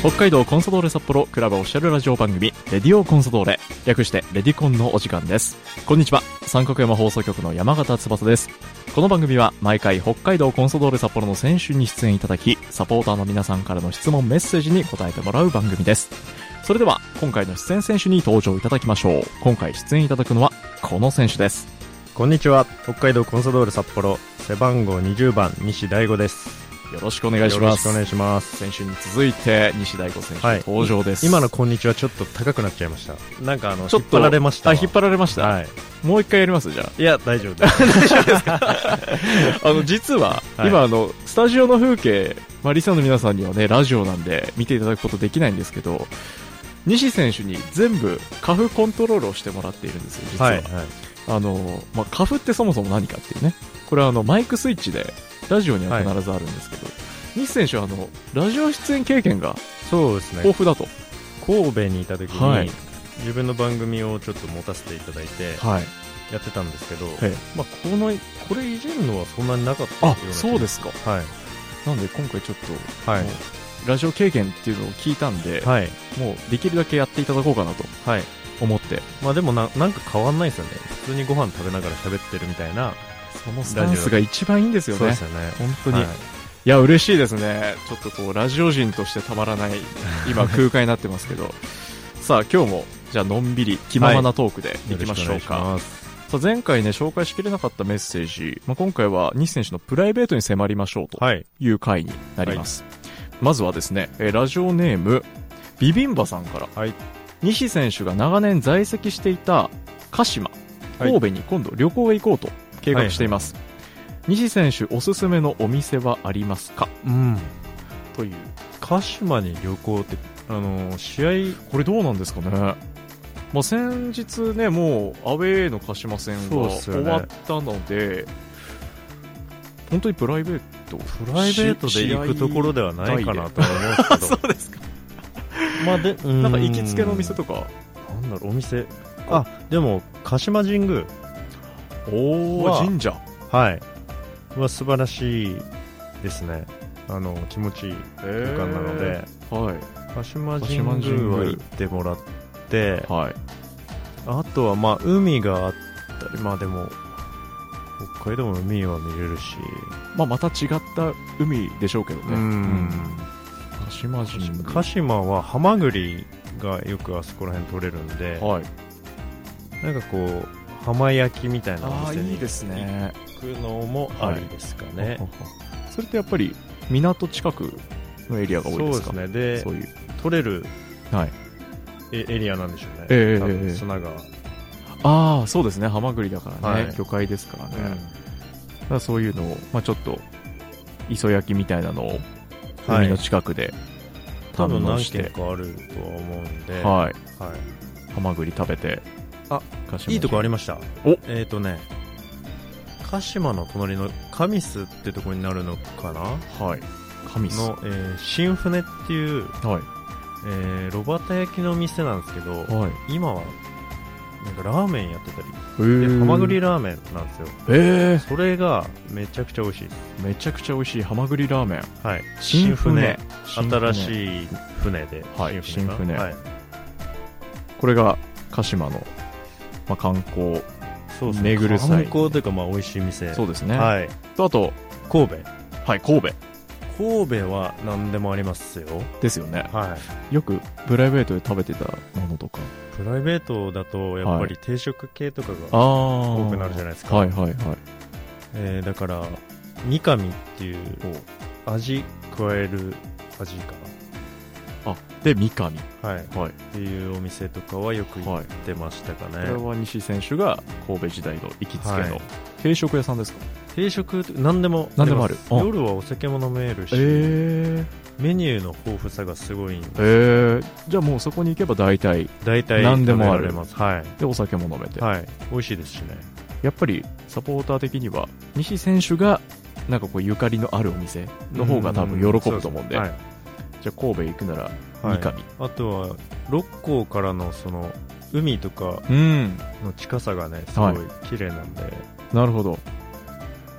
北海道コンソドーレ札幌クラブオフィシャルラジオ番組「レディオコンソドーレ」略して「レディコン」のお時間ですこんにちは三角山放送局の山形翼ですこの番組は毎回北海道コンソドーレ札幌の選手に出演いただきサポーターの皆さんからの質問メッセージに答えてもらう番組ですそれでは今回の出演選手に登場いただきましょう今回出演いただくのはこの選手ですこんにちは北海道コンサドール札幌背番号20番西大吾ですよろしくお願いしますよろしくお願いします先週に続いて西大吾選手はい登場です、今のこんにちはちょっと高くなっちゃいましたなんかあのちょっと引っ張られましたあ引っ張られました、はいもう一回やりますじゃあいや大丈夫 ですあの実は、はい今あのスタジオの風景、まあ、リサの皆さんにはねラジオなんで見ていただくことできないんですけど西選手に全部カフコントロールをしてもらっているんですよ実は、はい、はい、あのまあ、カフってそもそも何かっていうねこれはあのマイクスイッチでラジオには必ずあるんですけど、西選手はあのラジオ出演経験がそうですね豊富だと、神戸にいた時に、はい自分の番組をちょっと持たせていただいてはい、やってたんですけど、えまあ、このこれいじるのはそんなになかったよあうな気がそうですかはいなんで今回ちょっと、はいもうラジオ経験っていうのを聞いたんで、はいもうできるだけやっていただこうかなとはい思ってまあでもななんか変わんないですよね普通にご飯食べながら喋ってるみたいなそのスタンスが一番いいんですよそうでねす。よね本当に、い、や嬉しいですねちょっとこうラジオ人としてたま らない今空間になってますけどさあ今日もじゃあのんびり気ままなトークでいきましょうか、よろしくお願いしさあま前回ね紹介しきれなかったメッセージ、まあ、今回は西選手のプライベートに迫りましょうとすはいいう回になります、まずはですねえーラジオネームビビンバさんから、はい西選手が長年在籍していた鹿島はい神戸に今度旅行へ行こうと計画しています、西選手おすすめのお店はありますかうんという鹿島に旅行ってあのー試これどうなんですかね、まあ、先日ねもうアウェーの鹿島戦そうがっすよ終ねわったので本当にプライベート合プライベートで行くところではないかなとは思う んですけどうですかまあでなんか行きつけのお店とかなんだろうお店あでも鹿島神宮おうわ神社はいは素晴らしいですねあの気持ちいい空間なので、はい鹿島神鹿島神宮宮は行ってもらってはいあとはまあ海があったりまあでも北海道の海は見れるしまあ、また違った海でしょうけどねうん鹿島神宮鹿島はハマグリがよくあそこら辺取れるんではいなんかこう浜焼きみたいなお店にす行くのもありですかね、それってやっぱり港近くのエリアが多いですかそうですねでそういう取れるはいエエリアなんでしょうね、ええ多ええ分砂が、ああそうですねハマグリだからね、はい魚介ですからね、うんだからそういうのを、まあ、ちょっと磯焼きみたいなのをは海のい、近くで堪多分能何して軒、かあるとは思うんで、はいはいハマグリ食べてあ鹿島いいとこありりました。おえっ、とね、鹿島の隣の神栖ってとこになるのかなはい神栖の、えー新船っていう、はいえー、炉端焼きの店なんですけど、はい今は、なんかラーメンやってたり、えでーハマグリラーメンなんですよ。えそれがめちゃくちゃ美味しいです。ー、めちゃくちゃ美味しいハマグリラーメンはい。新船新いしい船で、はいか新船はい、これが鹿島の、まあ、観光そうですね巡る際観光というか、まあ、美味しい店。そうですね、はい。とあと、神戸。はい、神戸神戸は何でもありますよ。ですよねはい。よくプライベートで食べてたものとかプライベートだとやっぱはり定食系とかあがあ多くなるじゃないですか、はいはいはいえーだから三上っていう味加える味かあで三上な、はい、っはいていうお店とかはよく行はいってましたかこね、れは西選手が神戸時代の行きつけはのい定食屋さんですか定食何でも何でもあるますあ夜はお酒も飲めるし、えメニューの豊富さがすごいんでええじゃあもうそこに行けば大体大体何でもあ食るべられますはい、でお酒も飲めて、はい、美味しいですしねやっぱりサポーター的には西選手がなんかこうゆかりのあるお店の方が多分喜ぶと思うんではいじゃあ神戸行くならは三い上、あとは六甲からのその海とかうんの近さがねすごい綺麗なんで、なるほど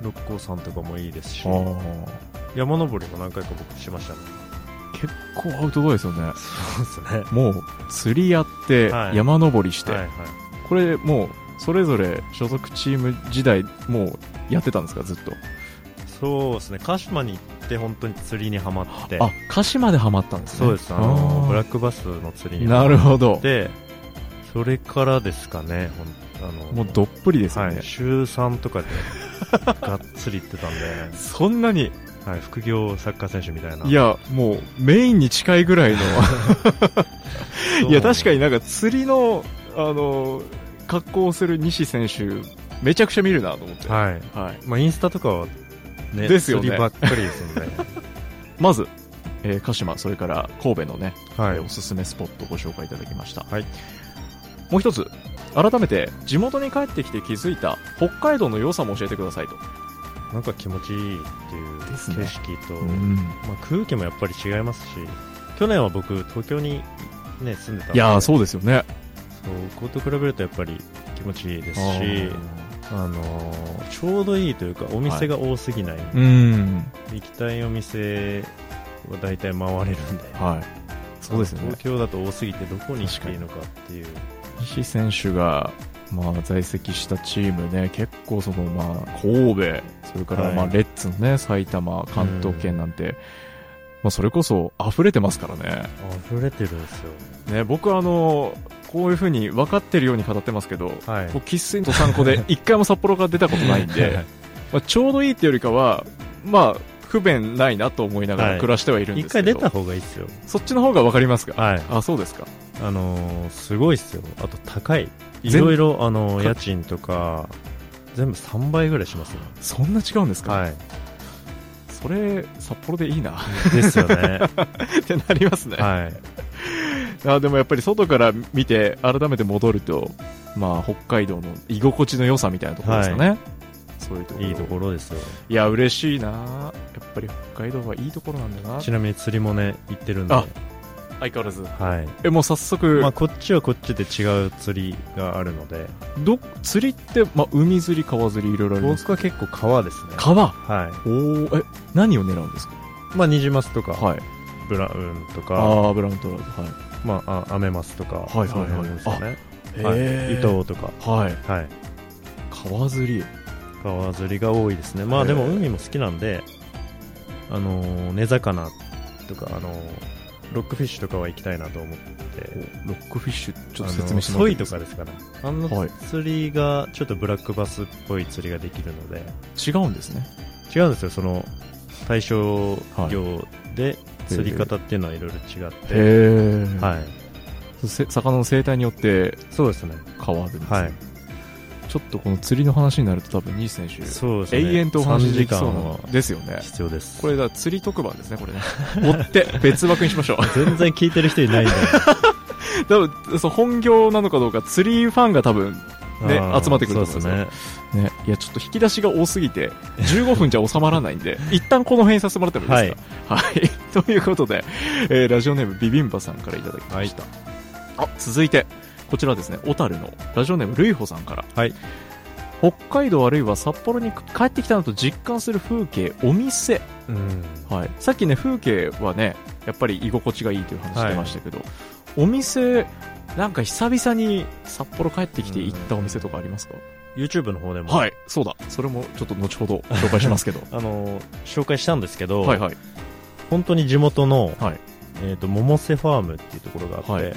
六甲山とかもいいですしあー山登りも何回か僕しましたね結構アウトドアですよねそうですね。もう釣りやってはい山登りして、はいはい。これもうそれぞれ所属チーム時代もうやってたんですかずっとそうですね。鹿島に行って本当に釣りにはまって。あ鹿島でハマったんですねそうです。あのーブラックバスの釣りになるほどで、それからですかね、ほんあのもうどっぷりですよはね、い、週3とかでがっつり行ってたん で、そんなにはい、副業サッカー選手みたいな。いやもうメインに近いぐらいのそ う、いや確かになんか釣りのあの格好をする西選手めちゃくちゃ見るなと思って、はい。はい、まあ、インスタとかは、ね、ですよね釣りばっかりですん で。まず、えー鹿島それから神戸のねはえーおすすめスポットをご紹介いただきました、はいもう一つ改めて地元に帰ってきて気づいた北海道の良さも教えてくださいと、なんか気持ちいいっていうですね景色と、まあ、空気もやっぱり違いますし、去年は僕、東京に、ね、住んでたんいでやーそうですよねそうここと比べるとやっぱり気持ちいいですあしー、あのーちょうどいいというか、お店が多すぎない、うん行きたいお店は大体回れるんで、はいそうですよね東京だと多すぎて、どこにしていいのかっていう、西選手がまあ在籍したチームね結構そのまあ神戸それからはいまあレッツのね埼玉関東圏なんて、まあ、それこそ溢れてますからね溢れてるんですよ、ね僕あのこういうふうに分かってるように語ってますけど、はいこう喫煙と参考 で一回も札幌から出たこと ないんで、まあ、ちょうどいいっていうよりかは、まあ、不便ないなと思いながはらい暮らしてはいるんで一すけ回ど、出た方がいいですよ、そっちの方が分かりますか、はいあそうですかあのーすごいですよ、あと高い、い全ろいろ、あのーか家賃とか、全部3倍ぐらいしますよ、そんな違うんですか、はい、それ札幌でいいなです よね、ってなりますね、はい、あでもやっぱり外から見て改めて戻ると、まあ、北海道の居心地の良さみたいなところですよね、そういうところいいところですよ。いや嬉しいなやっぱり北海道はいいところなんだなちなみに釣りもね、行ってるんで。あ相変わらずはい。えもう早速、まあ、こっちはこっちで違う釣りがあるので、ど釣りって、まあ、海釣り川釣りいろいろあります僕は結構川ですね。川はおおえ何を狙うんですかい。まあ、ニジマスとか、はいブラウンとか、ああーブラウントラウトはいまあ、あアメマスとか、はいはいはいその辺ですよね。へはい。ー糸とか、はいはい。川釣り川釣りが多いですね。まあ、でもへー海も好きなんで、あのー、根魚とか、あのー、ロックフィッシュとかは行きたいなと思って、ロックフィッシュちょっとあ説の明ーしてもらってソいイいでとすかかですかね。あのはい釣りが、ちょっとブラックバスっぽい釣りができるので、違うんですね違うんですよその対象業で釣り方っていうのはいろいろ違って、へえ、はいせ魚の生態によってそうですね変わるんですね、はいちょっとこの釣りの話になると多分西選手そうですね永遠とお話できそう3時間なはですよね必要ですこれだ釣り特番ですねこれね追って別枠にしましょう全然聞いてる人いないんだよ 多分そう本業なのかどうか釣りファンが多分 ねあー集まってくると思いそうまですすよねねいやちょっと引き出しが多すぎて15分じゃ収まらないん で一旦この辺にさせてもらってもいいですかはい、という ことで、えーラジオネームビビンバさんからいただきました、あ続いてこちらはですね小樽のラジオネームルイホさんからはい北海道あるいは札幌に帰ってきたのと実感する風景お店うんはい、さっきね風景はねやっぱり居心地がいいという話してましたけど、お店なんか久々に札幌帰ってきて行ったお店とかありますか、 YouTube の方でも、はいそうだそれもちょっと後ほど紹介しますけどあのー紹介したんですけど、 はいはい本当に地元の、はいえー、と百瀬ファームっていうところがあって、はい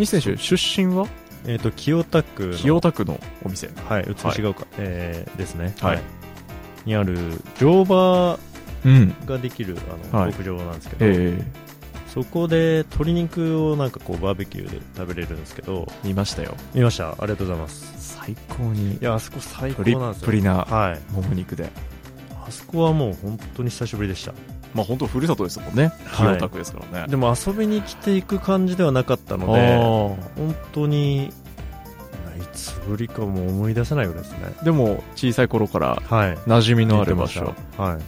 西選手出身はえー、と清田区の清田区のお店はい、美しが丘、えーですね、はいにある乗馬うんができるあの、はい牧場なんですけど、えそこで鶏肉をなんかこうバーベキューで食べれるんですけどー、見ましたよ見ましたありがとうございます最高にいやあそこ最プ高リなんでッすよプリなはいもも肉であそこはもう本当に久しぶりでしたまあ本当ふるさとですもんねはい清田区ですからね、 でも遊びに来ていく感じではなかったあのでー本当にいつぶりかもう思い出せないぐらいですねでも小さい頃からはい馴染みのある行場って所ましたはい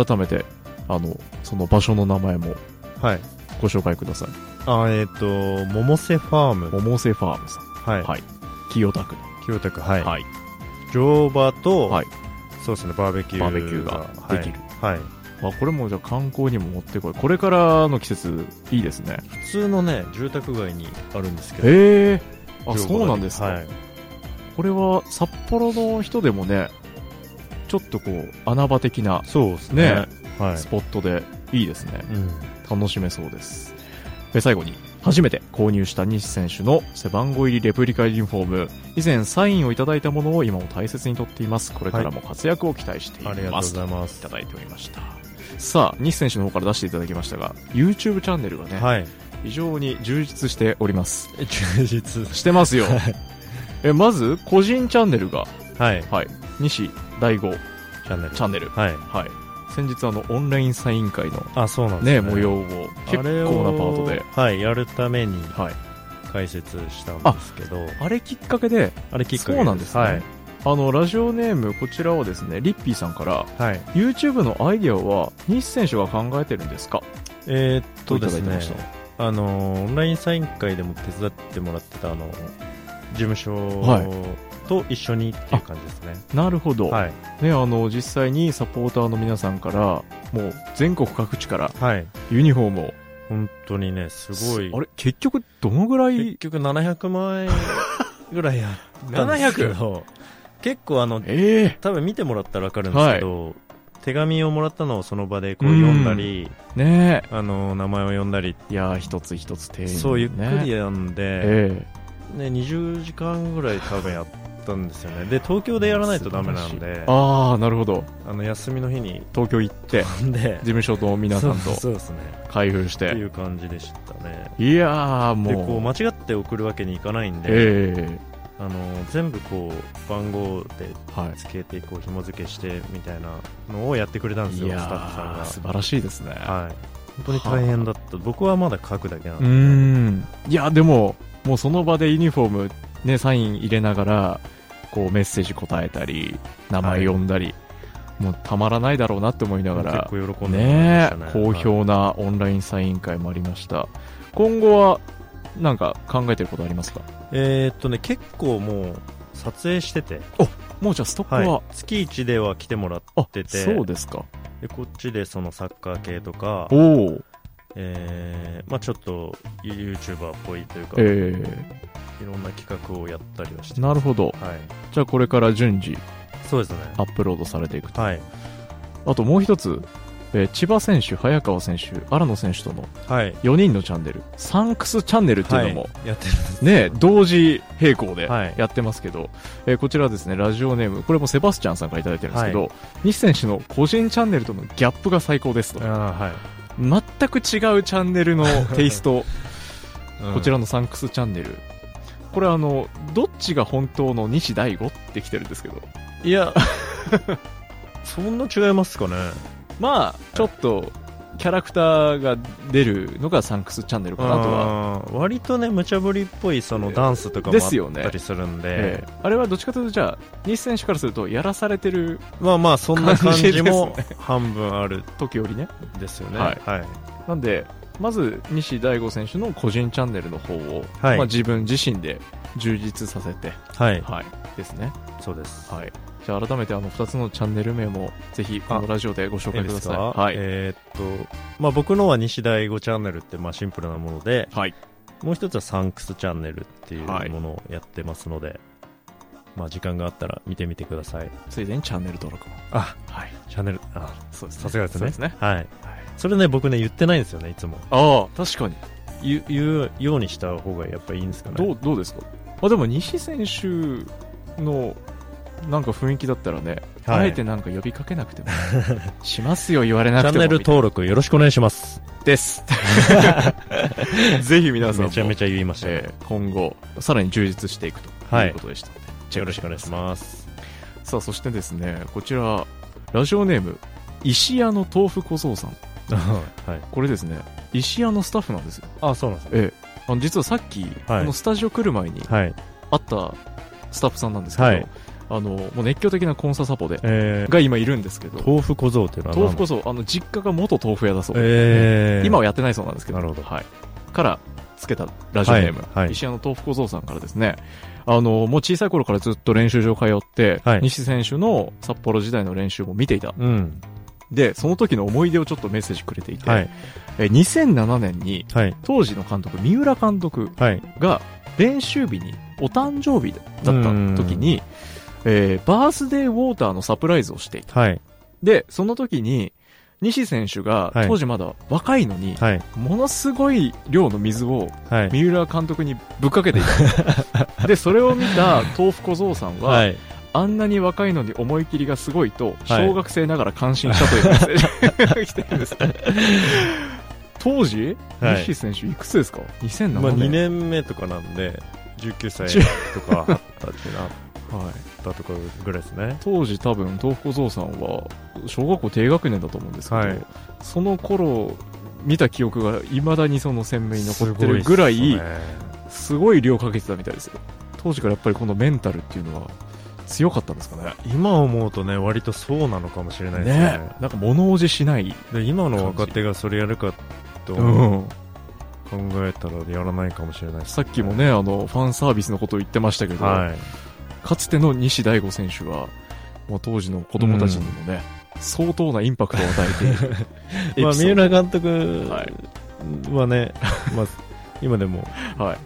お改めてあのその場所の名前もはいご紹介くださいあえっ、と百瀬ファーム百瀬ファームさんはい、はい清田区の清田区はい、はい乗馬と、はいそうですねバーベキューバーベキューができるはい、はいあこれもじゃあ観光にも持ってこいこれからの季節いいですね普通のね住宅街にあるんですけどへえあ上そ五う台なんですか、はい、これは札幌の人でもねちょっとこう穴場的なそうですねねはいスポットでいいですね、うん、楽しめそうですで最後に初めて購入した西選手の背番号入りレプリカユニフォーム以前サインをいただいたものを今も大切に取っていますこれからも活躍を期待していありがとうまごす、ざいまいすただいておりましたさあ西選手の方から出していただきましたが YouTube チャンネルがね、はい非常に充実しております充実してますよ えまず個人チャンネルが、はいはい、西大吾チャンネルチャンネル、はいはい、先日あのオンラインサイン会の、あそうなんねですね模様を結構なパートであれをはいやるためにはい、解説したんですけどあれきっかけであれきっかけそうなんですね、はいあのラジオネームこちらはですねリッピーさんからはい YouTube のアイデアは西選手が考えてるんですかえーっとといただですいてねました、あのオンラインサイン会でも手伝ってもらってたあの事務所はと一緒にっていう感じですねなるほど、はいね、あの実際にサポーターの皆さんからもう全国各地からはいユニフォームを本当にねすごいあれ結局どのぐら結い局700万円ぐらいやったんですけど結構あのええ多分見てもらったら分かるんですけど、手紙をもらったのをその場でこううん読んだり、ねあの名前を読んだり、えいやー一つ一つ丁寧に、ね、そうゆっくり読んで、ええね、20時間ぐらい多分やったんですよねで東京でやらないとダメなんであああなるほどの休みの日に東京行 って事飛んで務所と皆さんそうとそうですね開封しっていてう感じでしたねいやーもでうこう間違って送るわけにいかないんで、えあの全部こう番号でえはつけてこう紐付けしてみたいなのをやってくれたんでいすいよスやタッフさんーが素晴らしいですね、はい、本当に大変だった、僕はまだ書くだけなんうで、んいやでももうその場でユニフォーム、ね、サイン入れながらこうメッセージ答えたり名前呼んだり、もうたまらないだろうなって思いながら結構喜んでもらいねましたね好評なオンラインサイン会もありました今後はなんか考えてることありますかえーっとね結構もう撮影してて、もうじゃあストックはいは、月1では来てもらっあててそうですかでこっちでそのサッカー系とかお、おえーまあ、ちょっと YouTuber っぽいというか、えいろんな企画をやったりはしてー、なるほどはい、じゃあこれから順次そうですねアップロードされていくとはい、あともう一つ、えー千葉選手早川選手荒野選手とのはい、 4人のチャンネルサンクスチャンネルっていうのも、はいやってるんですね同時並行ではいやってますけど、えーこちらですねラジオネームこれもセバスチャンさんから頂いてるんですけど、西選手の個人チャンネルとのギャップが最高ですとあーはい全く違うチャンネ ルのテイストうんこちらのサンクスチャンネルこれあのどっちが本当の西大吾って来てるんですけどいやそんな違いますかねまあちょっとキャラクターが出るのがサンクスチャンネルかなとはあとは割とね無茶ぶりっぽいそのダンスとかもであすよねったりするんでええあれはどっちかというとじゃあ西選手からするとやらされてるまあまあそんな感感じじもで半分ある時よりねですよねははいい、なんでまず西大吾選手の個人チャンネルの方を、はいまあ、自分自身で充実させて、はいはい、ですね、そうです、はい、じゃあ改めてあの2つのチャンネル名もぜひこのラジオでご紹い介いくでだすさいか、はい、えーっと、まあ、僕のは西大吾チャンネルってまあシンプルなものではい、もう一つはサンクスチャンネルっていうはいものをやってますので、まあ時間があったら見てみてくださいついでにチャンネル登録もあはいチャンネルあそうですねさすがでそすうねですねはいはいそれね僕ね言ってないんですよねいつもああ確かに言う言うようにした方がやっぱいいんですかねどうどうですかあでも西選手のなんか雰囲気だったらね、はいあえてなんか呼びかけなくてもしますよ言われなチくャてンもネル登録よろしくお願いします。です ぜひ皆さんもめちゃめちゃ言いましたね、えー今後さらに充実していくとはいいうことでしたので、チェよッろクしてくお願いし ます。すさあそしてですねこちらラジオネーム石屋の豆腐小僧さん はい。これですね石屋のスタッフなんですよあ、そうなんですね。ええあの実はさっき、はいこのスタジオ来る前にはい。会ったスタッフさんなんですけど、はいあのもう熱狂的なコンササポでえが今いるんですけー、ど豆腐小僧っていうのは豆腐こ僧。そあの実家が元豆腐屋だそうで、えー、今はやってないそうなんですけどなるほどはい、からつけたラジオネーム、はいはい石屋の豆腐小僧さんからですねあのもう小さい頃からずっと練習場通って、はい西選手の札幌時代の練習も見ていたうん。で、その時の思い出をちょっとメッセージくれていて、はい。えー2007年に、はい。当時の監督、三浦監督はい。が、練習日に、お誕生日だった時に、えーバースデーウォーターのサプライズをしていた。はい。で、その時に、西選手が、はい当時まだ若いのに、はい。ものすごい量の水をはい。三浦監督にぶっかけてい たでそれを見た豆腐小僧さんは、はい。あんなに若いのに思い切りがすごいとはい小学生ながら感心したというメッセージが来てるんですね 当時、はい西選手いくつですか2007年、まあ、2年目とかなんで、19歳とかあったってなっはい、たとかぐらいですね。当時多分豆腐小僧さんは小学校低学年だと思うんですけど、はいその頃見た記憶がいまだにその鮮明に残ってるすぐごらいっすねすごい量かけてたみたいですよ当時からやっぱりこのメンタルっていうのは強かったんですかね今思うとね、割とそうなのかもしれないですね。なんか物おじしない、で今の若手がそれやるかと考うんえたらやらないかもしれないですさっきもねあのファンサービスのことを言ってましたけど、はい。かつての西大吾選手はもう当時の子供たちにもね、相当なインパクトを与えているエ まあ、ピソ三ード浦監督はいはね、 まあ、今でもはい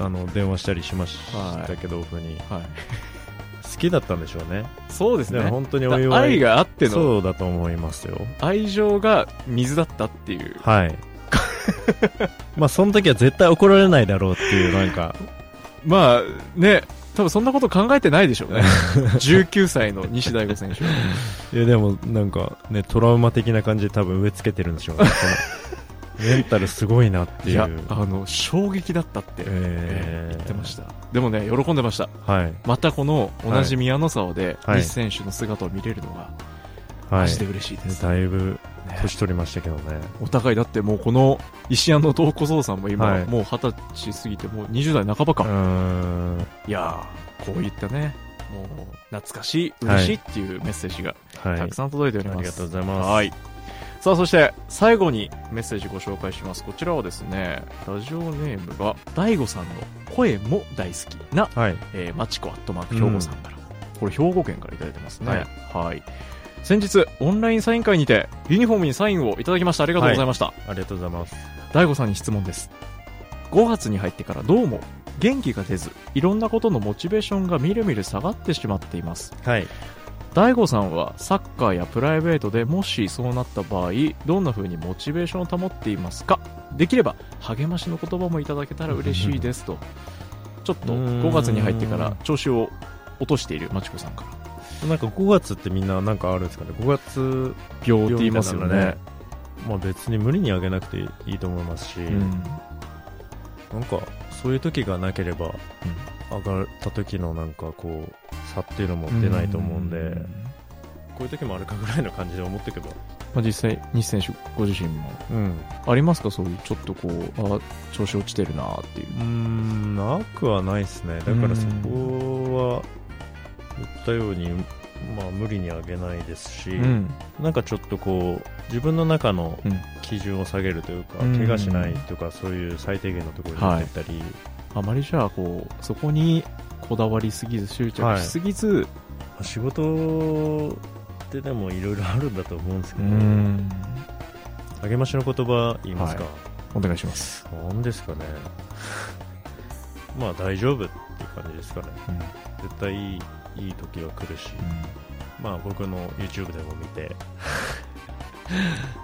あの電話したりしましたけど、僕にはい、好きだったんでしょうね、そうですだからね本当にお祝いだ愛があってのそうだと思いますよ、愛情が水だったっていうはい、 まあその時は絶対怒られないだろうっていう、なんか、まあね多分そんなこと考えてないでしょう ね19歳の西大吾選手はいやでもなんかね、トラウマ的な感じで、多分植え付けてるんでしょうね、この メンタルすごいなっていいやう。あの衝撃だったって、えー言ってましたでもね喜んでましたはい。またこの同じ宮の沢ではい西選手の姿を見れるのがはマい。ジで嬉しいです、だいぶね年取りましたけどね。お互いだってもうこの石屋の道小僧さんも今、はいもう二十歳過ぎてもう20代半ばうか、ーん。いやーこういったねもう懐かしい嬉しいっていうメッセージがはい。たくさん届いておりあます、りがとうございます。はい。さあ、そして、最後にメッセージご紹介します。こちらはですね、ラジオネームが、大悟さんの声も大好きな、はい。えー、まちこアットマーク兵庫さんから。これ、兵庫県からいただいてますね。ははいい。先日、オンラインサイン会にて、ユニフォームにサインをいただきました。ありがとうございました。ありがとうございます。大悟さんに質問です5月に入ってからどうも元気が出ずいろんなことのモチベーションがみるみる下がってしまっていますはい。大悟さんはサッカーやプライベートでもしそうなった場合どんな風にモチベーションを保っていますかできれば励ましの言葉もいただけたら嬉しいですとちょっとうーん5月に入ってから調子を落としているまちこさんからなんか5月ってみんななんかあるんですかね。5月、病って言いますよねまあ別に無理にあげなくていいと思いますうし、んなんかそういう時がなければ、上がった時のなんかこう、差っていうのも出ないと思うんで、こういう時もあるかぐらいの感じで思ってけば。まあ、実際西選手ご自身もうん。ありますかそういうちょっとこうあ調子落ちてるなっていううーんなくはないですねだからそこは言ったように、まあ、無理にあげないですし、んなんかちょっとこう自分の中のうん基準を下げるというか、うん怪我しないとかそういう最低限のところに持ってったり、あまりじゃあこうそこにこだわりすぎず執着しすぎず、仕事ってでもいろいろあるんだと思うんですけど、励ましの言葉言いますか、お願いします、なんですかね まあ大丈夫っていう感じですかねうん絶対いいいい時は来るし、まあ、僕の YouTube でも見て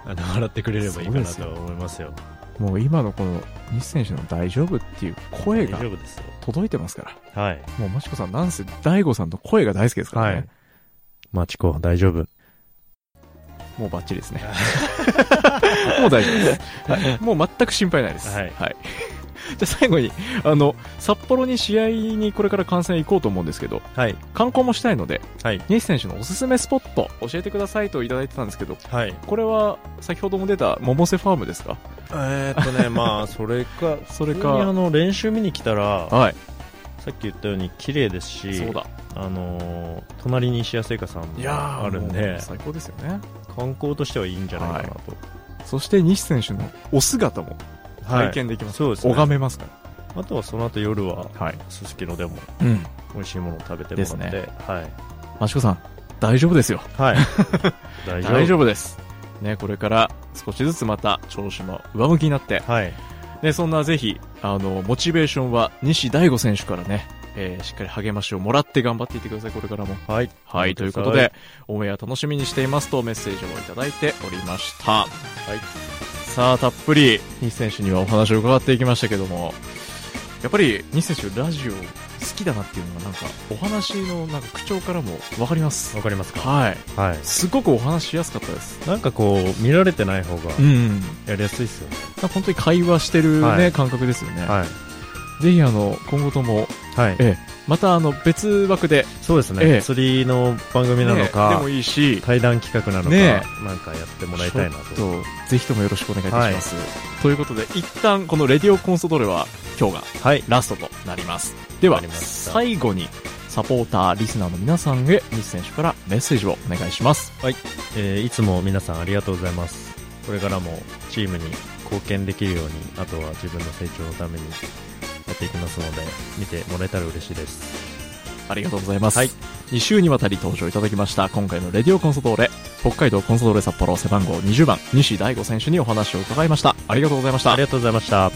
あの笑ってくれればいいかなとは思いますよもう今のこの西選手の「大丈夫」っていう声大が丈夫ですよ届いてますからはいもうマチコさんなんせ大悟さんの声が大好きですからね、マチコ大丈夫もうバッチリです ねもう大丈夫です、はい、もう全く心配ない ですはいじゃあ最後にあの札幌に試合にこれから観戦行こうと思うんですけどはい観光もしたいのではい西選手のおすすめスポット教えてくださいといただいてたんですけどはいこれは先ほども出た百瀬ファームですかえー、っと ねまあそれかそれ普通にあかの練習見に来たらはいさっき言ったように綺麗ですしそうだあのー隣に石屋製菓さんもあるんで最高ですよね観光としてはいいんじゃないかなと、そして西選手のお姿もはい体験できます、そうですね拝めますかあとはその後夜はらはいすすきのでもうん美味しいものを食べてもらって、ですはい益子さん大丈夫ですよはい 大大丈夫ですね、これから少しずつまた調子も上向きになって、はい。ね、そんなぜひ、あの、モチベーションは西大吾選手からね、えーしっかり励ましをもらって頑張っていってください、これからも。はい。はい、ということで、オンエア楽しみにしていますとメッセージもいただいておりました。はい。さあ、たっぷり、西選手にはお話を伺っていきましたけども、やっぱり、西選手、ラジオ好きだなっていうのが、なんか、お話の、なんか、口調からもわかりますわ。かりますかはい。はい。すごくお話しやすかったです。なんかこう、見られてない方がん。やりやすいっすよね。本当に会話してるね、はい感覚ですよね。はい。ぜひ、あの、今後とも、はいえ。また、あの、別枠で、そうですえね。え釣りの番組なのねかでも、いいし、対談企画なのねか、なんかやってもらいたいなちと。ょっとぜひともよろしくお願いいたします、ということで一旦このレディオコンソドーレは今日がはい。ラストとなりますではわかりました最後にサポーターリスナーの皆さんへ西選手からメッセージをお願いしますえーいつも皆さんありがとうございます。これからもチームに貢献できるように、あとは自分の成長のためにやっていきますので、見てもらえたら嬉しいです。ありがとうございます、はい2週にわたり登場いただきました今回のレディオコンソドーレ北海道コンソドーレ札幌背番号20番西大吾選手にお話を伺いましたありがとうございましたありがとうございました。